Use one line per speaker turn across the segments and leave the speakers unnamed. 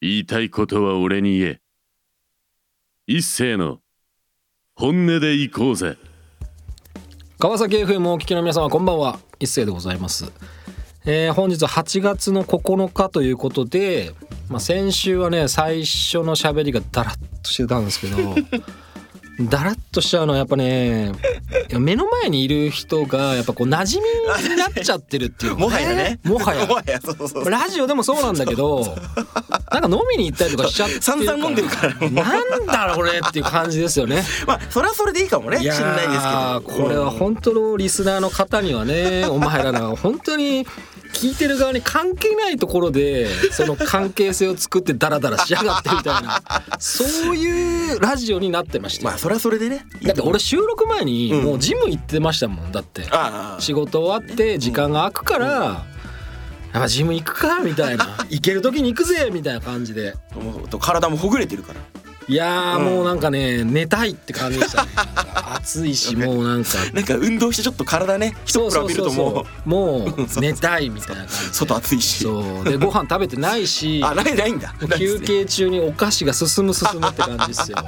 言いたいことは俺に言え。一斉の本音で行こうぜ。
川崎 FM をお聞きの皆様こんばんは一斉でございます、えー本日8月の9日ということで、まあ、先週はね最初の喋りがダラッとしてたんですけど ダラッとしちゃうのはやっぱねいや目の前にいる人がやっぱこう馴染みになっちゃってるっていうの
もはやね。
も はや
もはや、そうそうそう。
ラジオでもそうなんだけ どなんか飲みに行ったりとかしちゃってる
散々飲んでるからもう
なんだろうこれっていう感じですよね
まあ、それはそれでいいかもね。
い
知
やー
んないですけど。
これは
うん
本当のリスナーの方にはね お前らなんか本当に聞いてる側に関係ないところでその関係性を作ってダラダラしやがってみたい なそういうラジオになってまして、
まあ、それはそれでね。
だって俺収録前に
うん
もうジム行ってましたもんだって
ああ。
仕事終わって時間が空くから、やっぱジム行くかみたいな 行ける時に行くぜみたいな感じで
もう体もほぐれてるから。
いやー
うん
もうなんかね寝たいって感じで したねなんか暑いしもうなんか
なんか運動してちょっと体ね、一
そう
袋
そ
浴
う
びる
そう
と
そう
もう、
もう寝たいみたいな感じで
外暑いし。
そうでご飯食べてないし
あ、ない、ないんだ。
もう
ないです
休
ね。
憩中にお菓子が進む進むって感じですよ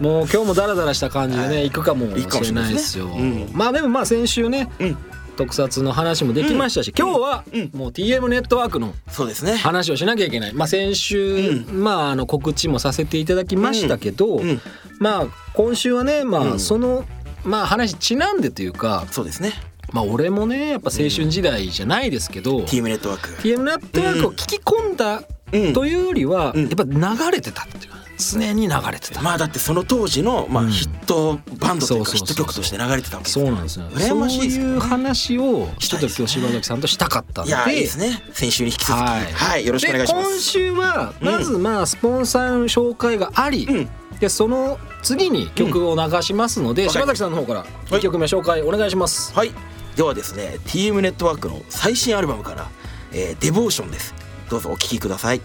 もう今日もダラダラした感じでね行くかもしれないですよ
いいかもしれないですねうん
まあでもまあ先週ね
うん
特撮の話もできましたし、今日は
うん
もう TM ネットワークの
そうですね。
話をしなきゃいけない、まあ、先週、
う
まあ、あの告知もさせていただきましたけど、
うん。
まあ今週はね、ま
う
あ、
ん
その、まあ、話ちなんでというか、
そうですね。
まあ俺もねやっぱ青春時代じゃないですけど、
TM ネットワーク。
TM ネットワークを聞き込んだ
うん
というよりは、
うん
やっぱ流れてたっていうか常に流れてた、
まあだってその当時のま
う
あ
ん
ヒットバンドというか
そうそうそうそう
ヒット曲として流れてたわけです
そうなんですよ、
羨ましいです
そう
よね
いう話をちょっと
したいですね
今日柴崎さんとしたかったの
い
で
やーいいですね先週に引き続き
は
はいい、よろしくお願いしま
で今
す
週はまずまあスポンサーの紹介があり、
うん
でその次に曲を流しますので、
うん
柴崎さんの方から1曲目紹介お願いします、
はいではですね TM ネットワークの最新アルバムから「えーデボーション」ですどうぞお聴きください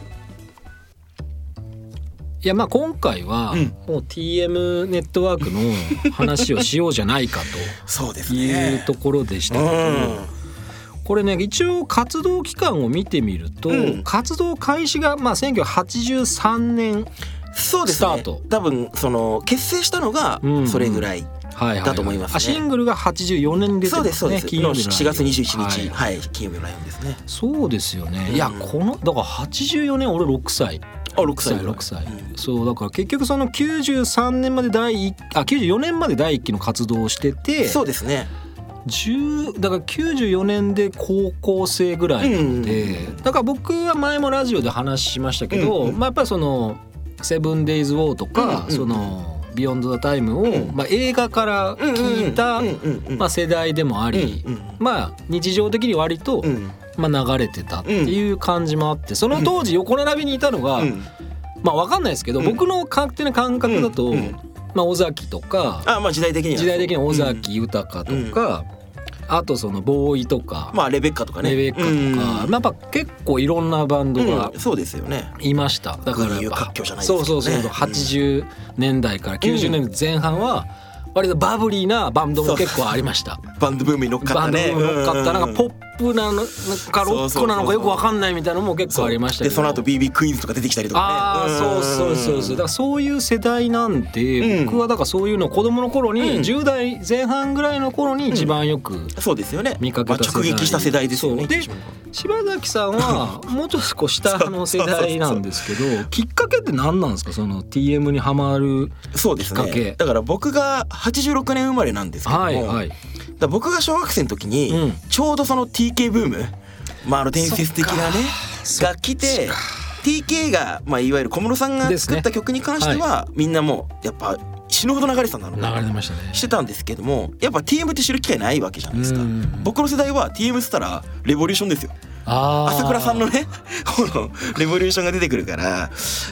いやまあ今回は
うん
もう TM ネットワークの話をしようじゃないか
そうです
と
ね
いうところでした
う
けど、
ん
これね一応活動期間を見てみると、
うん
活動開始がまあ1983年
そうです
スター
ね
ト
多分その結成したのが
うん
それぐらい、
はいはい
だと思いますね
あシングルが84年に出て
そ
ま
うですそうです、
金曜
の
日の
4月21日
ラ
は
イ
い、
ブ
金曜日のライオンですね
そうですよね、
うん
いやこのだから84年俺6歳
あ6
6
歳
歳
ぐらい
6歳、
うん
そうだから結局その93年まで第一あ94年まで第一期の活動をしてて
そうですね
10だから94年で高校生ぐらいなので、
うん
だから僕は前もラジオで話しましたけど、
うんうん
まあ、やっぱりその「セブンデイズ・ウォー」と
うん
か
う
「
んうん
そのビヨンド・ザ・タイムを」
うん
まあ、映画から聞いた、
うんうんうんうん
まあ、世代でもあり、
うんうん
まあ、日常的に割と、
うん
まあ、流れてたっていう感じもあってその当時横並びにいたのが、
うん
まあ、わかんないですけど、
うん
僕の勝手な感覚だと、
うんうん
まあ、尾崎とか
あまあ時代的には
時代的に尾崎豊とか、あとそのボーイとか、
まあレベッカとかね
レベッカとか、
うん
まあやっぱ結構いろんなバンドが
うんそうですよね
いました、だから
群
や
雄
っぱ
割拠じゃないですけど
そ
ね
うそうそうそう
うん
80年代から90年代前半は割とバブリーなバンドも結構ありました。
バンドブームに乗っか
バ
った
ンド
ね
も乗っかった
う
なんんかポップなのかロックなのかよくわかんないみたいなのも結
そう
構ありましたけど
でその後 BB クイーンズとか出てきたりとか
あ
ね
あそうそうそうそうだからそういう世代なんで、
うん
僕はだからそういうのを子供の頃に、
うん
10代前半ぐらいの頃に一番よく
そうですよね
見かけた世代
まあ、直撃した世代ですよね
そうで柴崎さん はもうちょっとこう下の世代なんですけどきっかけって何なんですかその TM にハマる
そうで
き
す
っかけ
ねだから僕が86年生まれなんですけども、
はいはい
だから僕が小学生の時に、
うん
ちょうどその TK ブームまああの伝説的なねが来て TK が、まあ、いわゆる小室さんが
ですね
作った曲に関しては、みんなもうやっぱ死ぬほど流れてたんだろう
流
な
れてましたね
してたんですけどもやっぱ TM って知る機会ないわけじゃないですか
うん
僕の世代は TM っつったらレボリューションですよ
あー
朝倉さんのね このレボリューションが出てくるから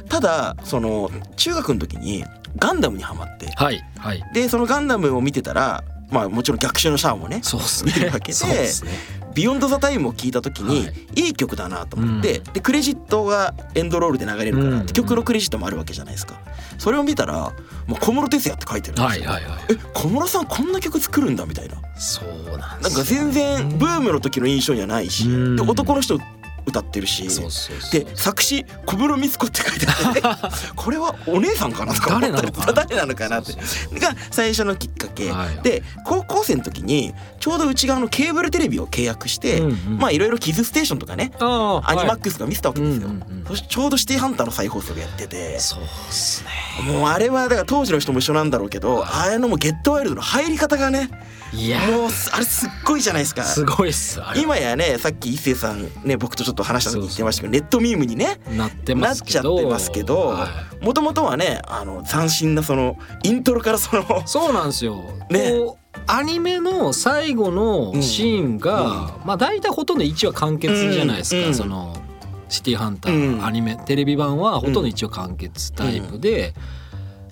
ただその中学の時にガンダムにはまって
はいはい
でそのガンダムを見てたらまあもちろん逆襲のシャアもね
そうっすね
見るわけで
そうっすね
「ビヨンド・ザ・タイム」を聴いた時に、、
はい
い曲だなと思って、
う
でクレジットがエンドロールで流れるから、
うん
で曲のクレジットもあるわけじゃないですかそれを見たら「もう小室哲哉」って書いてるんで
は
す
い
よ、
はいはい
え小室さんこんな曲作るんだみたいな
そうなんで
なん
す
か全然ブームの時の印象にはないし、
うん
で男の人歌ってるし
そうそうそう
で作詞「小室光子」って書いてあ ってこれはお姉さんかなとか思った
誰な
り
のかな
誰なのかなって
そう
が最初のきっかけ、
はい
で高校生の時にちょうど内側のケーブルテレビを契約して、
うんうん
まあいろいろ「キズステーション」とかね
あ
アニマッ
ク
クスが見せたわけですよ、
うんうんうん
そしてちょうど「シティハンター」の再放送がやってて
そうっすね
もうあれはだから当時の人も一緒なんだろうけどああいうのも「ゲットワイルド」の入り方がね
いや
もうあれすっごいじゃないですか
すごいっすあれ
今やねさっき一生さんね僕とちょっと話した時に言ってましたけどネットミームにね
なって
な
ま
っ
す
ち
け
ゃっ
ど
てますけど
はい
もともとはねあの斬新なそのイントロからその
そうなんですよ、
ね
こうアニメの最後のシーンが、まあ大体ほとんど1話完結じゃないですか、
うん
その「シティハンター」
うん
アニメテレビ版はほとんど1話完結タイプで、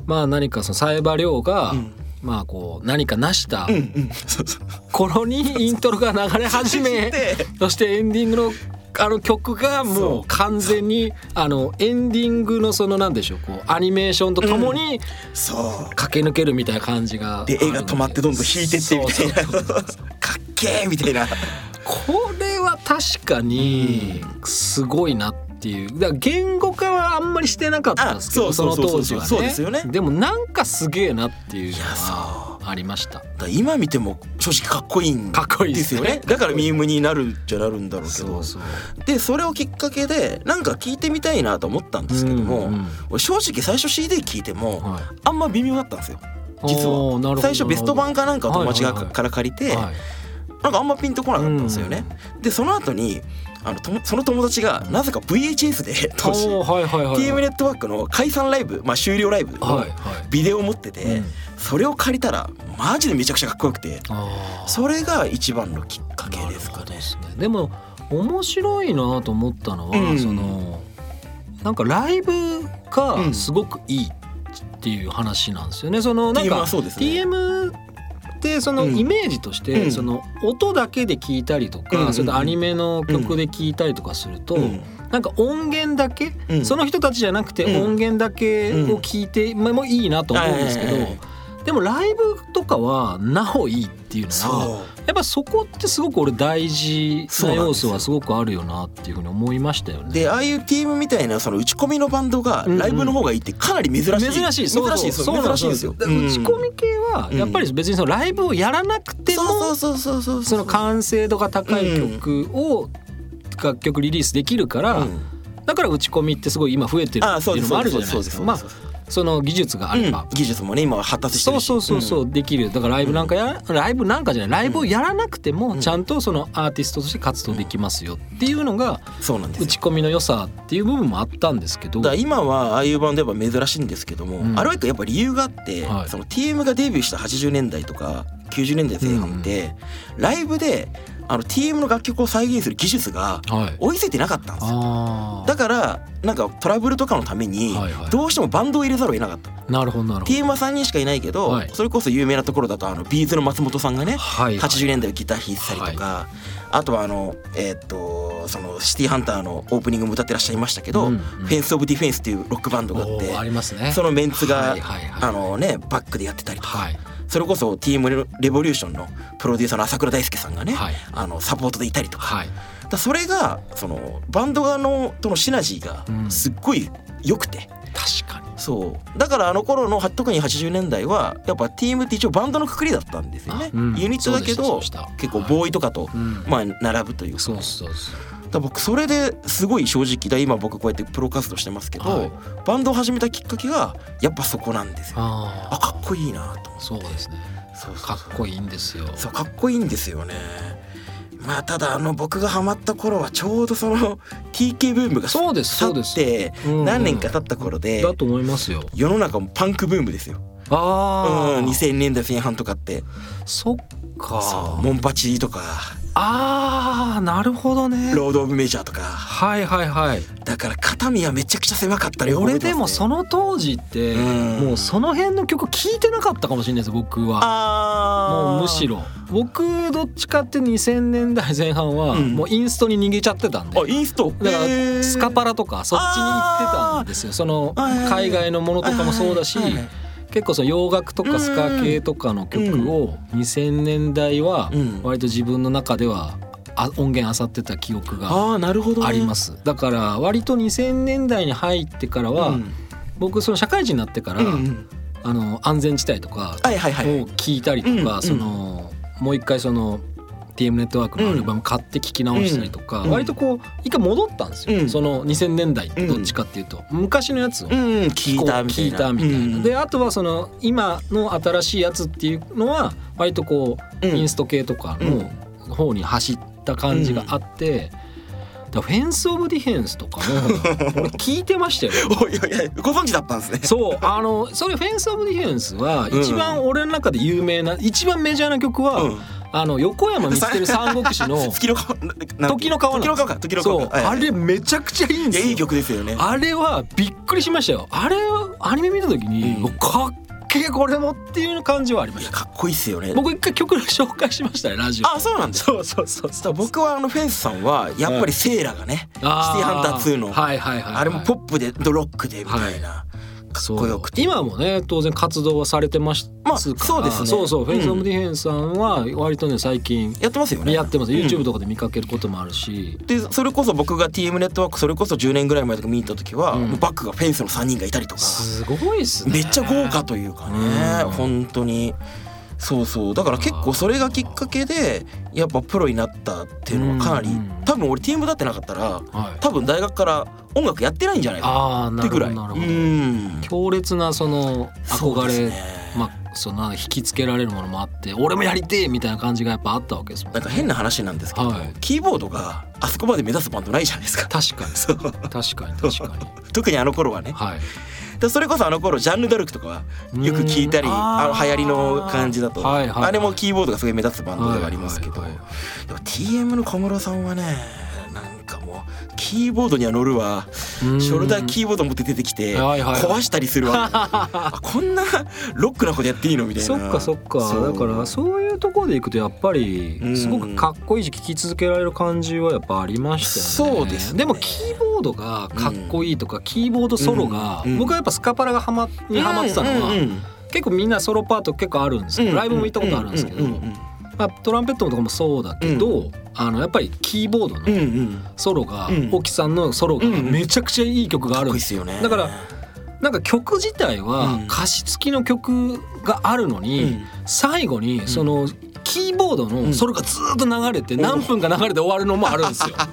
まあ何かそのサイバリョウが、
うん
まあこう何か成した
うんうんそうそう
頃 にイントロが流れ始め
で
そしてエンディングのあの曲がも
そう
う完全にあのエンディングのそのなんでしょうこうアニメーションとともに
そう
駆け抜けるみたいな感じが
で絵が止まってどんどん引いてってみたいな
そうそうそう
かっけーみたいな
これは確かにすごいなっていうだから言語化はあんまりしてなかったんですけどそ
あそう
の
そうそ
当
う
時
そう
はね
そうですよね
でもなんかすげえなっていうの
いやそ
はありました
だから今見ても正直かっこいいん
かっこいい
で
ですす
よ
ね
ねだからミームになるっちゃなるんだろうけ
そ
ど
うそう
でそれをきっかけでなんか聞いてみたいなと思ったんですけども、
うんうん
俺正直最初 CD 聞いても
はい
あんま微妙だったんですよ実は
おーなるほど
最初ベスト版かなんかを友達が
はいはいはい
から借りて
はい
なんかあんまピンとこなかったんですよね。でその後にあのともその友達がなぜか VHS で当時
おーはいはいはい
TM ネットワークの解散ライブ、まあ、終了ライブの
はいはい
ビデオを持ってて、
うん
それを借りたらマジでめちゃくちゃかっこよくて
あー
それが一番のきっかけです
なるほ
か
ど
ね
で。すねでも面白いなと思ったのは、
うん
そのなんかライブ
うん
がすごくいいっていう話なんですよね。そのなん
TM
か
はそうですね
TM ってその
うん
イメージとし
う
て
ん
その音だけで聞いたりと
うんうんう
か
ん
それとアニメの曲で聞いたりとかすると
うん
なんか音源だけ
うん
その人たちじゃなくて
うん
音源だけを聞いてまあもういいなと思うんですけ
は
ど
いはいはい
でもライブとかはなおいいっていうのは
そう
やっぱそこってすごく俺大事な要素はすごくあるよなっていうふうに思いましたよね。
でああいう TM みたいなその打ち込みのバンドが
うんうん
ライブの方がいいってかなり珍しい、
珍しいそう
珍しい
そう
そ
そう
う
なん
珍しいですよ
打ち込み系は
うん
やっぱり別にそのライブをやらなくて
で
も
もそうそうそうそう
その完成度が高い曲を楽曲リリースできるから
うん
だから打ち込みってすごい今増えてるっ
ああ
て
そう
い
で
うのも
すそう
ある
で
じゃ
す
ない
そう
で
ですす
か。
そう
ま
で
あ
す
その技術があ
う
れ
ん
ば
技術もね今は発達して
そ
る
う
し
そうそうそううできるだからライブなんかやライブなんかじゃないライブをやらなくても
ん
ちゃんとそのアーティストとして活動できますよっていうのが
んそうなんで
打
すよ
ち込みの良さっていう部分もあったんですけど
だから今はああいうバンドやっぱ珍しいんですけども、
うん
あれはやっぱ理由があって、
はい
その TM がデビューした80年代とか90年代前半って、ライブであの TM の楽曲を再現する技術が
はい
追いついてなかったんですよ
あ
だからなんかトラブルとかのために
はいはい
どうしてもバンドを入れざるを得なかった、
あなるほどなるほど
TM は3人しかいないけど、
はい
それこそ有名なところだとあのビーズの松本さんがね、
はい
80年代をギター弾いてたりとか、あとはあのえーっとそのシティハンターのオープニングも歌ってらっしゃいましたけ
う
ど、
んうん
フェンス・オブ・ディフェンスっていうロックバンドがあっ
おーあ
て
りますね
そのメンツが、
はいはいはい
あのねバックでやってたりとか、
はい
それこそ TM レボリューションのプロデューサーの朝倉大輔さんがね、
はい
あのサポートでいたりとか,、
はい
それがそのバンド側のとのシナジー
う
が
ん
すっごい良くて。
確かに
そうだからあの頃のは特に80年代はやっぱ TM って一応バンドのくくりだったんですよね、
あうん
ユニットだけ
そう
ど
でしたそうでした
結構ボーイとかと、
うん
まあ並ぶというか
そうそうそう
だから僕それですごい正直だ今僕こうやってプロ活動してますけど、
はい
バンドを始めたきっかけがやっぱそこなんですよ
あ
あかっこいいなと思って
そうですね
そうそう
かっこいいんですよ
そうかっこいいんですよねまあただあの僕がハマった頃はちょうどその TK ブームが
そうですそう
去
で
っ
す
て
うんうん
何年か経った頃で
だと思いますよ
世の中もパンクブームですよ
あ
うん、
あ
2000年代前半とかって
そっか
モンパチとか
ああなるほどね
ロード・オブ・メジャーとか
はいはいはい
だから肩身はめちゃくちゃ狭かったね
俺でもそ
の
の当時って
うん
もうその辺の曲聴いてなかったかもしれないです僕は
あー
もうむしろ僕どっちかって2000年代前半は
うん
もうインストに逃げちゃってたんで、
あインスト
だから
へー
スカパラとかそっちに行ってたんですよその
はいはいはい
海外のものとかもそうだし
はいはいはい
結構その洋楽とかスカ系とかの曲を2000年代は
うん
割と自分の中ではあ音源漁ってた記憶が
ああなるほど、ね、
ありますすだから割と2000年代に入ってからは、
うん
僕その社会人になってから、
うんうん
あの安全地帯とか
はいはい
を
はい
聞いたりと
うん
か、
うん
そのもう一回その TM ネットワークのアルバム買って聞き直したりとか、
うん
割とこう一回戻ったんですよ、
うん
その2000年代ってどっちかっていうと、昔のやつを
うんうん聞いたみたいな
こう聞いたみたいな、
うんうん
であとはその今の新しいやつっていうのは割とこう、
うん
インスト系とかの方に走った感じがあって、だからフェンス・オブ・ディフェンスとか も俺聞いてましたよ。
おいやいやご存知だったんですね
そうあ のそれフェンス・オブ・ディフェンスは一番俺の中で有名な、一番メジャーな曲は、
うん
あの横山見つける三国 志の
月の川なんだっけ
時の顔なん
時
です
の顔か時の
そ
顔
う
かはいは
あ
い
れめちゃくちゃいいん
い
です
や
よ。
いい曲ですよね
あれはびっくりしましたよあれアニメ見た時に、
うん
うわかっけえこれもっていう感じはありま
い
し
や
た
かっこいいっすよね
僕一回曲の紹介しましたねラジオ
あそうなんです
そうそうそうそう
僕はあのフェンスさんはやっぱりセーラがね、
シティ
シティハンター2の
はいはいはい、
あれもポップでドロックでみたいな、かっ
そ
こよく
う
て
今もね当然活動はされてますから、
まあそうですね
そうそうフェイス・オ
う
ブ・
ん
ディフェンスさんは割とね最近
やってますよね
やってます、
うん
YouTube とかで見かけることもあるし、
でそれこそ僕が TM ネットワークそれこそ10年ぐらい前とか見に行った時は、
うん
バックがフェンスの3人がいたりとか
すごいっすね
めっちゃ豪華というかね、
うん
本当にそうそうだから結構それがきっかけでやっぱプロになったっていうのはかなり、
うん
多分俺 TM だってなかったら
はい
多分大学から音楽やってないんじゃないか
ああ
な
なる
って
ほ
ぐら
ど
い
なるほど、
うん
強烈なその憧
そう
れ
ですね
まあその引きつけられるものもあって俺もやりてえみたいな感じがやっぱあったわけですもん
なんか変な話なんですけど、
はい
キーボードがあそこまで目指すバンドないじゃないですか。
確かに
そう
確かに確かに
特にあの頃はね
はい
でそれこそあの頃ジャンヌ・ダルクとかは よく聞いたり
うんあー
あの流行りの感じだと、
はいはいはい
あれもキーボードがすごい目立つバンドではありますけど、
はいはいはい
でも TM の小室さんはねなんかもうキーボードには乗るわ
シ
ショルダーキーボード持って出てきて
はいはいはい
壊したりする わあこんなロックなことやっていいのみたいな
そっかそっか
そう
だからそういうところでいくとやっぱり
うん
すごくかっこいいし聴き続けられる感じはやっぱありましたよね
そうですね
でもキーボードがかっこいいとか、キーボードソロが、
うん
僕はやっぱスカパラがハマにハマってたのは、
うんうん
結構みんなソロパート結構あるんです
うん
よライブも行ったことあるんですけど、
うんうん
まあ、トランペットのとかもそうだけど、あのやっぱりキーボード
うん
の
うん
ソロが、
うん
沖さんのソロが
うん
めちゃくちゃいい曲があ
かっ
るん
こ
で
いいっ
す
すよね
だからなんか曲自体は
うん
歌詞付きの曲があるのに、
うん
最後にそのキーボードのソロがずーっと流れて何分か流れて終わるのもあるん ですよ。だ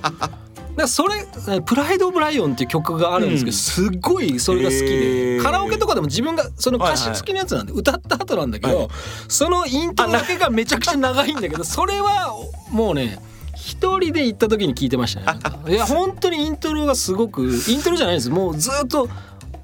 からそれ「プライド・オブ・ライオン」っていう曲があるんですけど、
うん
すっごいそれが好き
へ
で
ー
カラオケとかでも自分がその歌詞
はいはい
付きのやつなんで歌った後なんだけど、
はい
そのイントロだけがめちゃくちゃ長いんだけどそれはもうね一人で行った時に聞いてましたねなんか。いや本当にイントロがすごくイントロじゃないですもうずーっと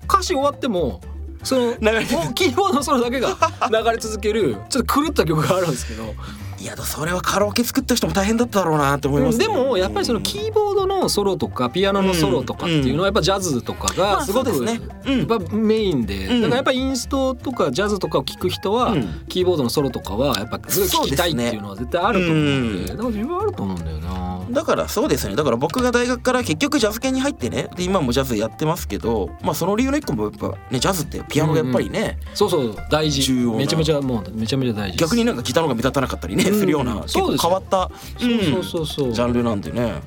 歌詞終わってもその
流れてる
もうキーボードのソロだけ が流れ続けるちょっと狂った曲があるんですけど
いやそれはカラオケ作った人も大変だっただろうなって思います
で
ね
もやっぱりそのキーボードのソロとかピアノのソロとかっていうのはやっぱジャズとか
ま
が
あ
すごく
そうで
や
すねうん
っぱメインで
うん
だからやっぱインストとかジャズとかを聴く人は
うん
キーボードのソロとかはやっぱすごい聴きたいっていうのは絶対あると思うんでだ
う
から自分はあると思うんだよな。
だからそうですねだから僕が大学から結局ジャズ系に入ってねで今もジャズやってますけどまあその理由の一個もやっぱねジャズってピアノがやっぱりね、
そうそう大事
重要な
めちゃめちゃもうめちゃめちゃ大事です
逆になんかギターの方が目立たなかったりね、
うん
するような
うん
結
そう
構
です
変わ
よ
った
そうそうそうそう
ジャンルなんでね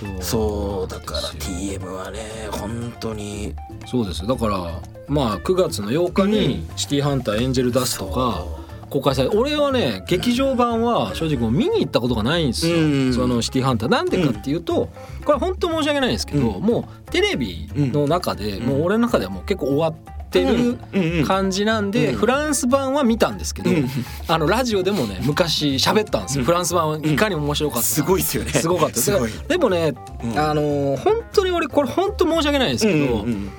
そう
そうだから TM はね本当に
そうですよだからまあ9月の8日に「シティハンターエンジェルダスト」が公開され俺はね劇場版は正直もう見に行ったことがないんですよ、
うん
その「シティハンター」なんでかっていうと、これ本当申し訳ないんですけど、
うん
もうテレビの中で、
ん
もう俺の中ではもう結構終わってる
うんうんうん
感じなんで、
うん
フランス版は見たんですけど、
うん
あのラジオでもね昔喋ったんですよ、フランス版はいかにも面白かったか、
すごいですよね
すごかったです
すごい
でもね、
うん
あの本当に俺これ本当申し訳ないんですけど、
うんうん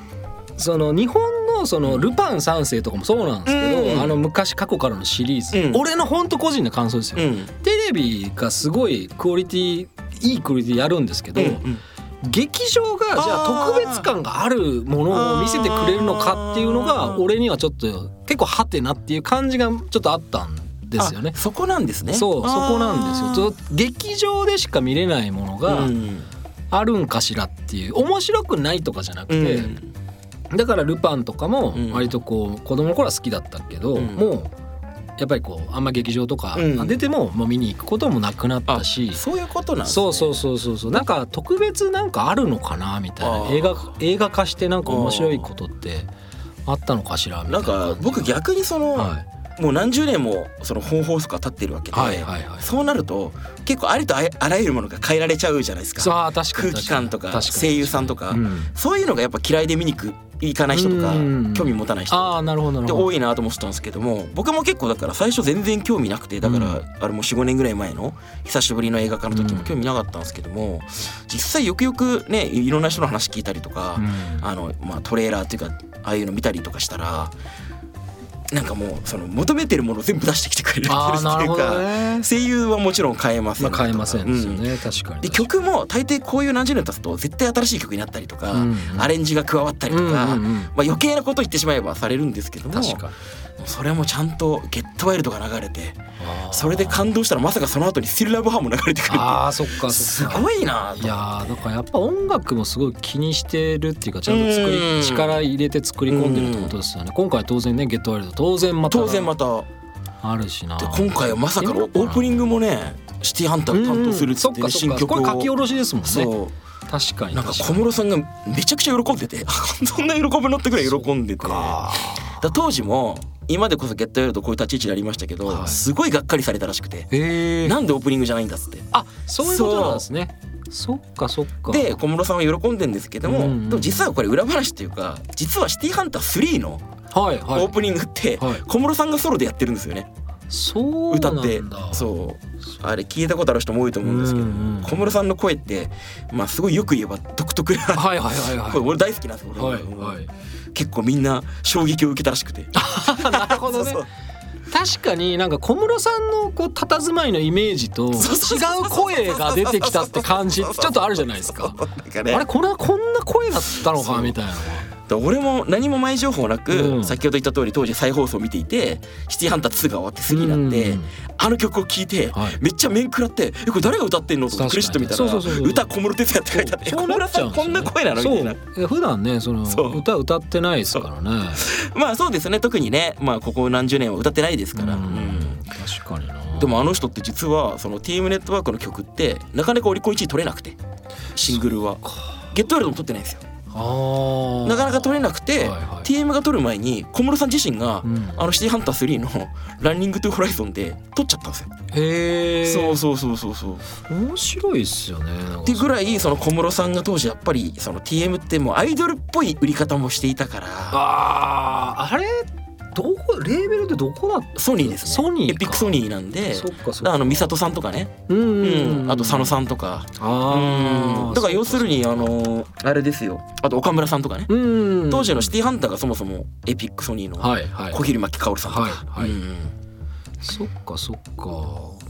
その日本のそのルパン三世とかもそうなんですけど、
うん
あの昔過去からのシリーズ、
うん
俺の本当個人の感想ですよ、
うん
テレビがすごいクオリティいいクオリティやるんですけど、
うん
劇場がじゃあ
あー
特別感があるものを見せてくれるのかっていうの
あ
が
ー
俺にはちょっと結構ハテナっていう感じがちょっとあったんですよね
あ。そこなんですね
そうそこなんですよ
っ
と劇場でしか見れないものがあるんかしらっていう面白くないとかじゃなくて、だからルパンとかも
うん
割とこう子供の頃は好きだったけど、
うん
もうやっぱりこうあんま劇場とか
うん
出てももう見に行くこともなくなったし、
そういうことなんです
そ
ね
うそうそうそうそうなんか特別なんかあるのかなみたい
あ
な
ー
映画映画化してなんか面白いことってあったのかしらみた
ないん
な感
か
じが
僕逆にその、
はい
もう何十年もその本放送が経ってるわけで、
はいはいはい
そうなると結構ありとあらあらゆるものが変えられちゃうじゃないです
そう
か
あー確かに
空気感とか
確に
声優さんとか、
うん
そういうのがやっぱ嫌いで見に行く行かない人とか
うん
興味持たない人
ああなるほどな
で
るほど
多いなと思ってたんですけども僕も結構だから最初全然興味なくてだから、
うん
あれも45年ぐらい前の久しぶりの映画化の時も興味なかったんですけども、実際よくよくねいろんな人の話聞いたりとか、
うん
あのまあ、トレーラーっていうかああいうの見たりとかしたらなんかもうその求めてるものを全部出してきてくれるっていう
ああなるほ
か
どね
声優はもちろん変えません
ま
と
あ
か
変えませんですよ
うん
ね、確かに
で曲も大抵こういう何十年経つと絶対新しい曲になったりとか、
うん
アレンジが加わったりとか、
うんうんうん
まあ、余計なこと言ってしまえばされるんですけども
確かに
それもちゃんと「ゲットワイルド」が流れて
あー
それで感動したらまさかその後に「スティルラブハーも流れてくるって
あーそっかそっか
すごいなと
いやーだからやっぱ音楽もすごい気にしてるっていうかちゃんと作
うん
り力入れて作り込んでるってことですよね今回当然ね「ゲットワイルド」当然また
当然また
あるしな
で今回はまさかのオープニングもね「シティハンター」担当するっつ
そ
っ
ってか
ね
そっ
新
か
曲
こ
を
れ書き下ろしですもんね
そう
確かに
なんか
確か
小室さんがめちゃくちゃ喜んでて そんな喜ぶのってぐらい喜んでてだ当時も今でこそ「ゲットワイルド」こういう立ち位置になりましたけど、
はい
すごいがっかりされたらしくて
にへえ
なんでオープニングじゃないんだっつって。
あそういうことなんですねそっかそっか
で小室さんは喜んでんですけども、
うんうん
でも実はこれ裏話というか実は「シティハンター3」の
はい
オ
は
ー
い
プニングって
はい
小室さんがソロでやってるんですよね、
そう
歌
な
って
んだ
そうあれ聞いたことある人も多いと思うんですけど、
うんうん
小室さんの声ってまあすごいよく言えば独特な、
はいはいはい
声
は
俺大好きなんですよ
い
俺、
はい はい
結構みんな衝撃を受けたらしくて
あなるほどね
そう
確かになんか小室さんのこう佇まいのイメージと違
そうそう
う声が出てきたって感じちょっとあるじゃないですか。
そうなんか
あれ
ね
これはこんな声だったの
そ
か
う
みたいな
俺も何も前情報なく、
うん
先ほど言った通り当時再放送を見ていて「シティハンター2」が終わって3になって、
うん
あの曲を聴いて、
はい
めっちゃ面食らって「えこれ誰が歌ってんの?」と思ってクレジット見た
確かにそうそう
ら「
そう
歌小室哲也」って書いてあって「え
そ
小
うな
室
っち
さ
ゃうんですよ
こん
ね
な声なの?」みたいな。
そうえ普段ねその
そう
歌歌ってないですからね
まあそうですね特にねまあここ何十年は歌ってないですから、
う
うん
ん確かにな
でもあの人って実はその TM ネットワークの曲ってなかなかオリコン1位取れなくてシングルはゲットワイルドも取ってないんですよ
あ
なかなか取れ
な
なくて、
はいはい
TM が取る前に小室さん自身が、
うん
あのシティハンター3のランニングトゥホライゾンで取っちゃったんですよ、
へえ
そうそうそうそうそう
面白いっすよねなんか
ってぐらいその小室さんが当時やっぱりその TM ってもうアイドルっぽい売り方もしていたから
あーあれどこレーベルってどこだった
ソニーですね
ソニー
エ
か
ピックソニーなんで
そっかそっか
あの美里さんとかね、
うん
う
うんんうん
あと佐野さんとか
あ
う
あ
んだから要するにあのあれですよあと岡村さんとかね、
うん
当時のシ
テ
ティハンターがそもそもエピックソニーの
はいはい
小比類巻薫さんとか、
はいはい
うん
そっかそっか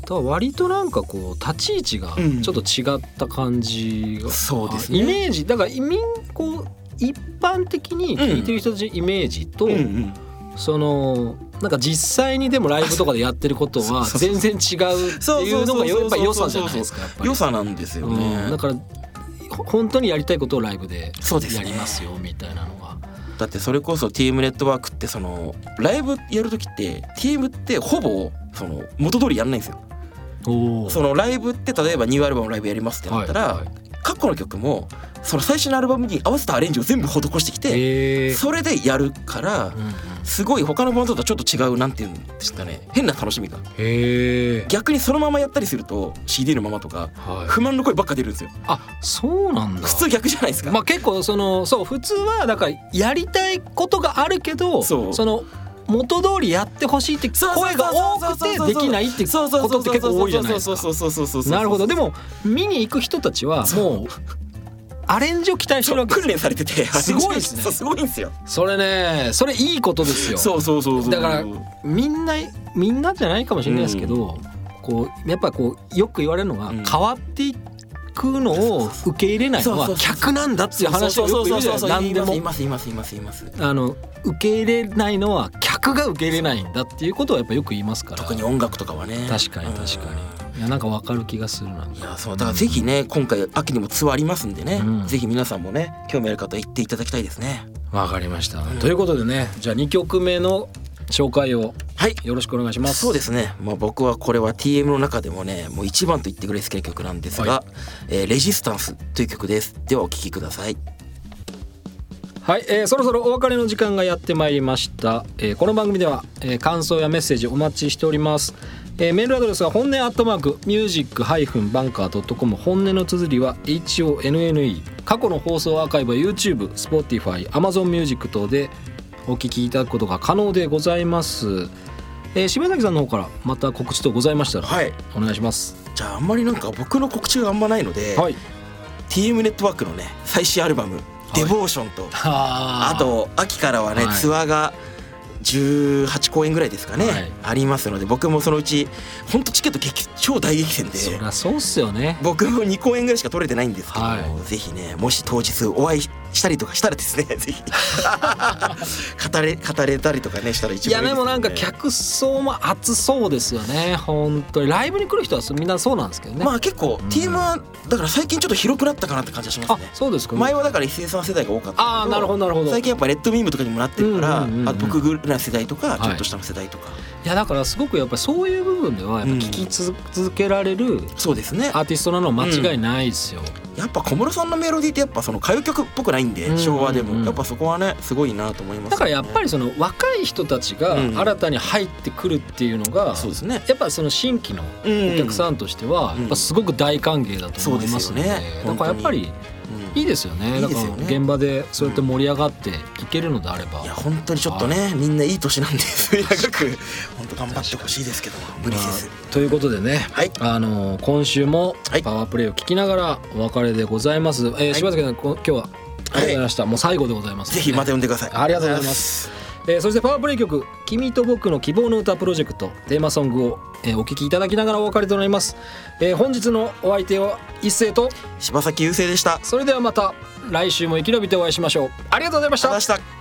だから割となんかこう立ち位置が
うん
ちょっと違った感じが、
そうですね
イメージだから移民こう一般的に聴いてる人たちのイメージと、
うんうん
そのなんか実際にでもライブとかでやってることは
そう
全然違うっていうのがやっぱ良さじゃないですかやっぱり
良さなんですよね、
うん、だからほ本当にやりたいことをライブで
そうです
や
ね
りますよみたいなのが
だってそれこそ TM ネットワークってそのライブやる時って TM ってほぼその元通りやんないんですよ
おー
そのライブって例えばニューアルバムのライブやりますってなったら、
はいはい
過去の曲もその最初のアルバムに合わせたアレンジを全部施してきて、
へー
それでやるから
うんうん
すごい他のバンドとはちょっと違うなんていうんですかね変な楽しみが
へえ
逆にそのままやったりすると CD のままとか
はい
不満の声ばっか出るんですよ
あそうなんだ
普通逆じゃないですか、
まあ結構そのそう普通はだからやりたいことがあるけど
そう
の元通りやってほしいって
そうそう
声
そう
が
そう
多くてできないって
そうそう
こ
そ
と
う
って
そう
結構
そ
多
う
いじ
そ
ゃ
う
ない
そう
です
そう
か。
そうそうそうそう
なるほどでも見に行く人たちはもうアレンジを期待してるわけ
訓練されてて
すごいですね
そうすごいんですよ
それねそれいいことですよ。
そうそうそうそう
だからみんなみんなじゃないかもしれないですけど、こうやっぱこうよく言われるのが、
うん
変わっていくのを受け入れないの
そう
は
そうそう
客なんだっていう話をよく言うじゃないですか何で
い
も
ますいますいますいますいます
あの受け入れないのは客が受け入れないんだっていうことはやっぱよく言いますから
特に音楽とかはね
確かに確かにいやなんかわかる気がするなん
うん
か
いやそうだからぜひね今回秋にもツアーありますんでね、
うん
ぜひ皆さんもね興味ある方行っていただきたいですね
わかりました、ということでねじゃあ2曲目の紹介を
はい
よろしくお願いします
そうですね、まあ、僕はこれは TM の中でもねもう一番と言ってくれ好きな曲なんですが「
は
えーレジスタンス」という曲ですではお聴きください
はい、えーそろそろお別れの時間がやってまいりました、えーこの番組では、えー感想やメッセージお待ちしております、えーメールアドレスは本音アットマークミュージックハイフンバンカー .com 本音の綴りは HONNE 過去の放送アーカイブは YouTube、Spotify、Amazon ミュージック等でお聞きいただくことが可能でございます、えー、柴崎さんの方からまた告知等ございましたら
はい
お願いします
じゃああんまりなんか僕の告知があんまないので、
はい
TM ネットワークのね最新アルバム「デボーションと」
あ
あと秋からはね、
はい
ツアーが18公演ぐらいですかね、
はい
ありますので僕もそのうちほんとチケット激超大激戦で
そりゃそうっすよね
僕も2公演ぐらいしか取れてないんですけど、
は
ぜひねもし当日お会いしたりとかしたらですね ぜひ語れ語れたりとかねしたら一
いや
番いい
でもなんか
ですよね
客層も熱そうですよね本当にライブに来る人はみんなそうなんですけどね、
まあ結構 TM はだから最近ちょっと広くなったかなって感じがしま
あ
すね
そうですか
前はだから s さん世代が多かったけど
あーなるほどなるほど
最近やっぱレッドウィングとかにもなってるから、
うんうんうんうん
あと僕ぐらいの世代とか
い
ちょっと下の世代とか、
いやだからすごくやっぱりそういう部分ではやっぱ聞き続続けられる
そうですね
アーティストなの間違いないですよ、
やっぱ小室さんのメロディーってやっぱその歌謡曲っぽくないんで、
うん
昭和で
うん
もやっぱそこはねすごいなと思います、ね、
だからやっぱりその若い人たちが
うん
新たに入ってくるっていうのが、
そうですね
やっぱその新規のお客さんとしては
うん
やっぱすごく大歓迎だと思いますので,、
そうですよね
だからやっぱり
うん
いいですよね
いい
だ
で
か
すよね
ら現場でそうやって盛り上がっていけるのであれば、
いや本当にちょっとねみんないい年なんで末永く 本当頑張ってほしいですけど無理せず
まあということでね、
はい
あのー今週も
はい
パワープレイを聞きながらお別れでございます、えー、柴崎さんこ今日はありがとうございました、もう最後でございます、
ぜひまた呼んでください
ありがとうございますえーそしてパワープレイ曲「君と僕の希望の歌」プロジェクトテーマソングを、えーお聴きいただきながらお別れとなります、えー本日のお相手は一斉と
柴崎優生でした
それではまた来週も生き延びてお会いしましょうありがとうございまし
さ
た
あ明日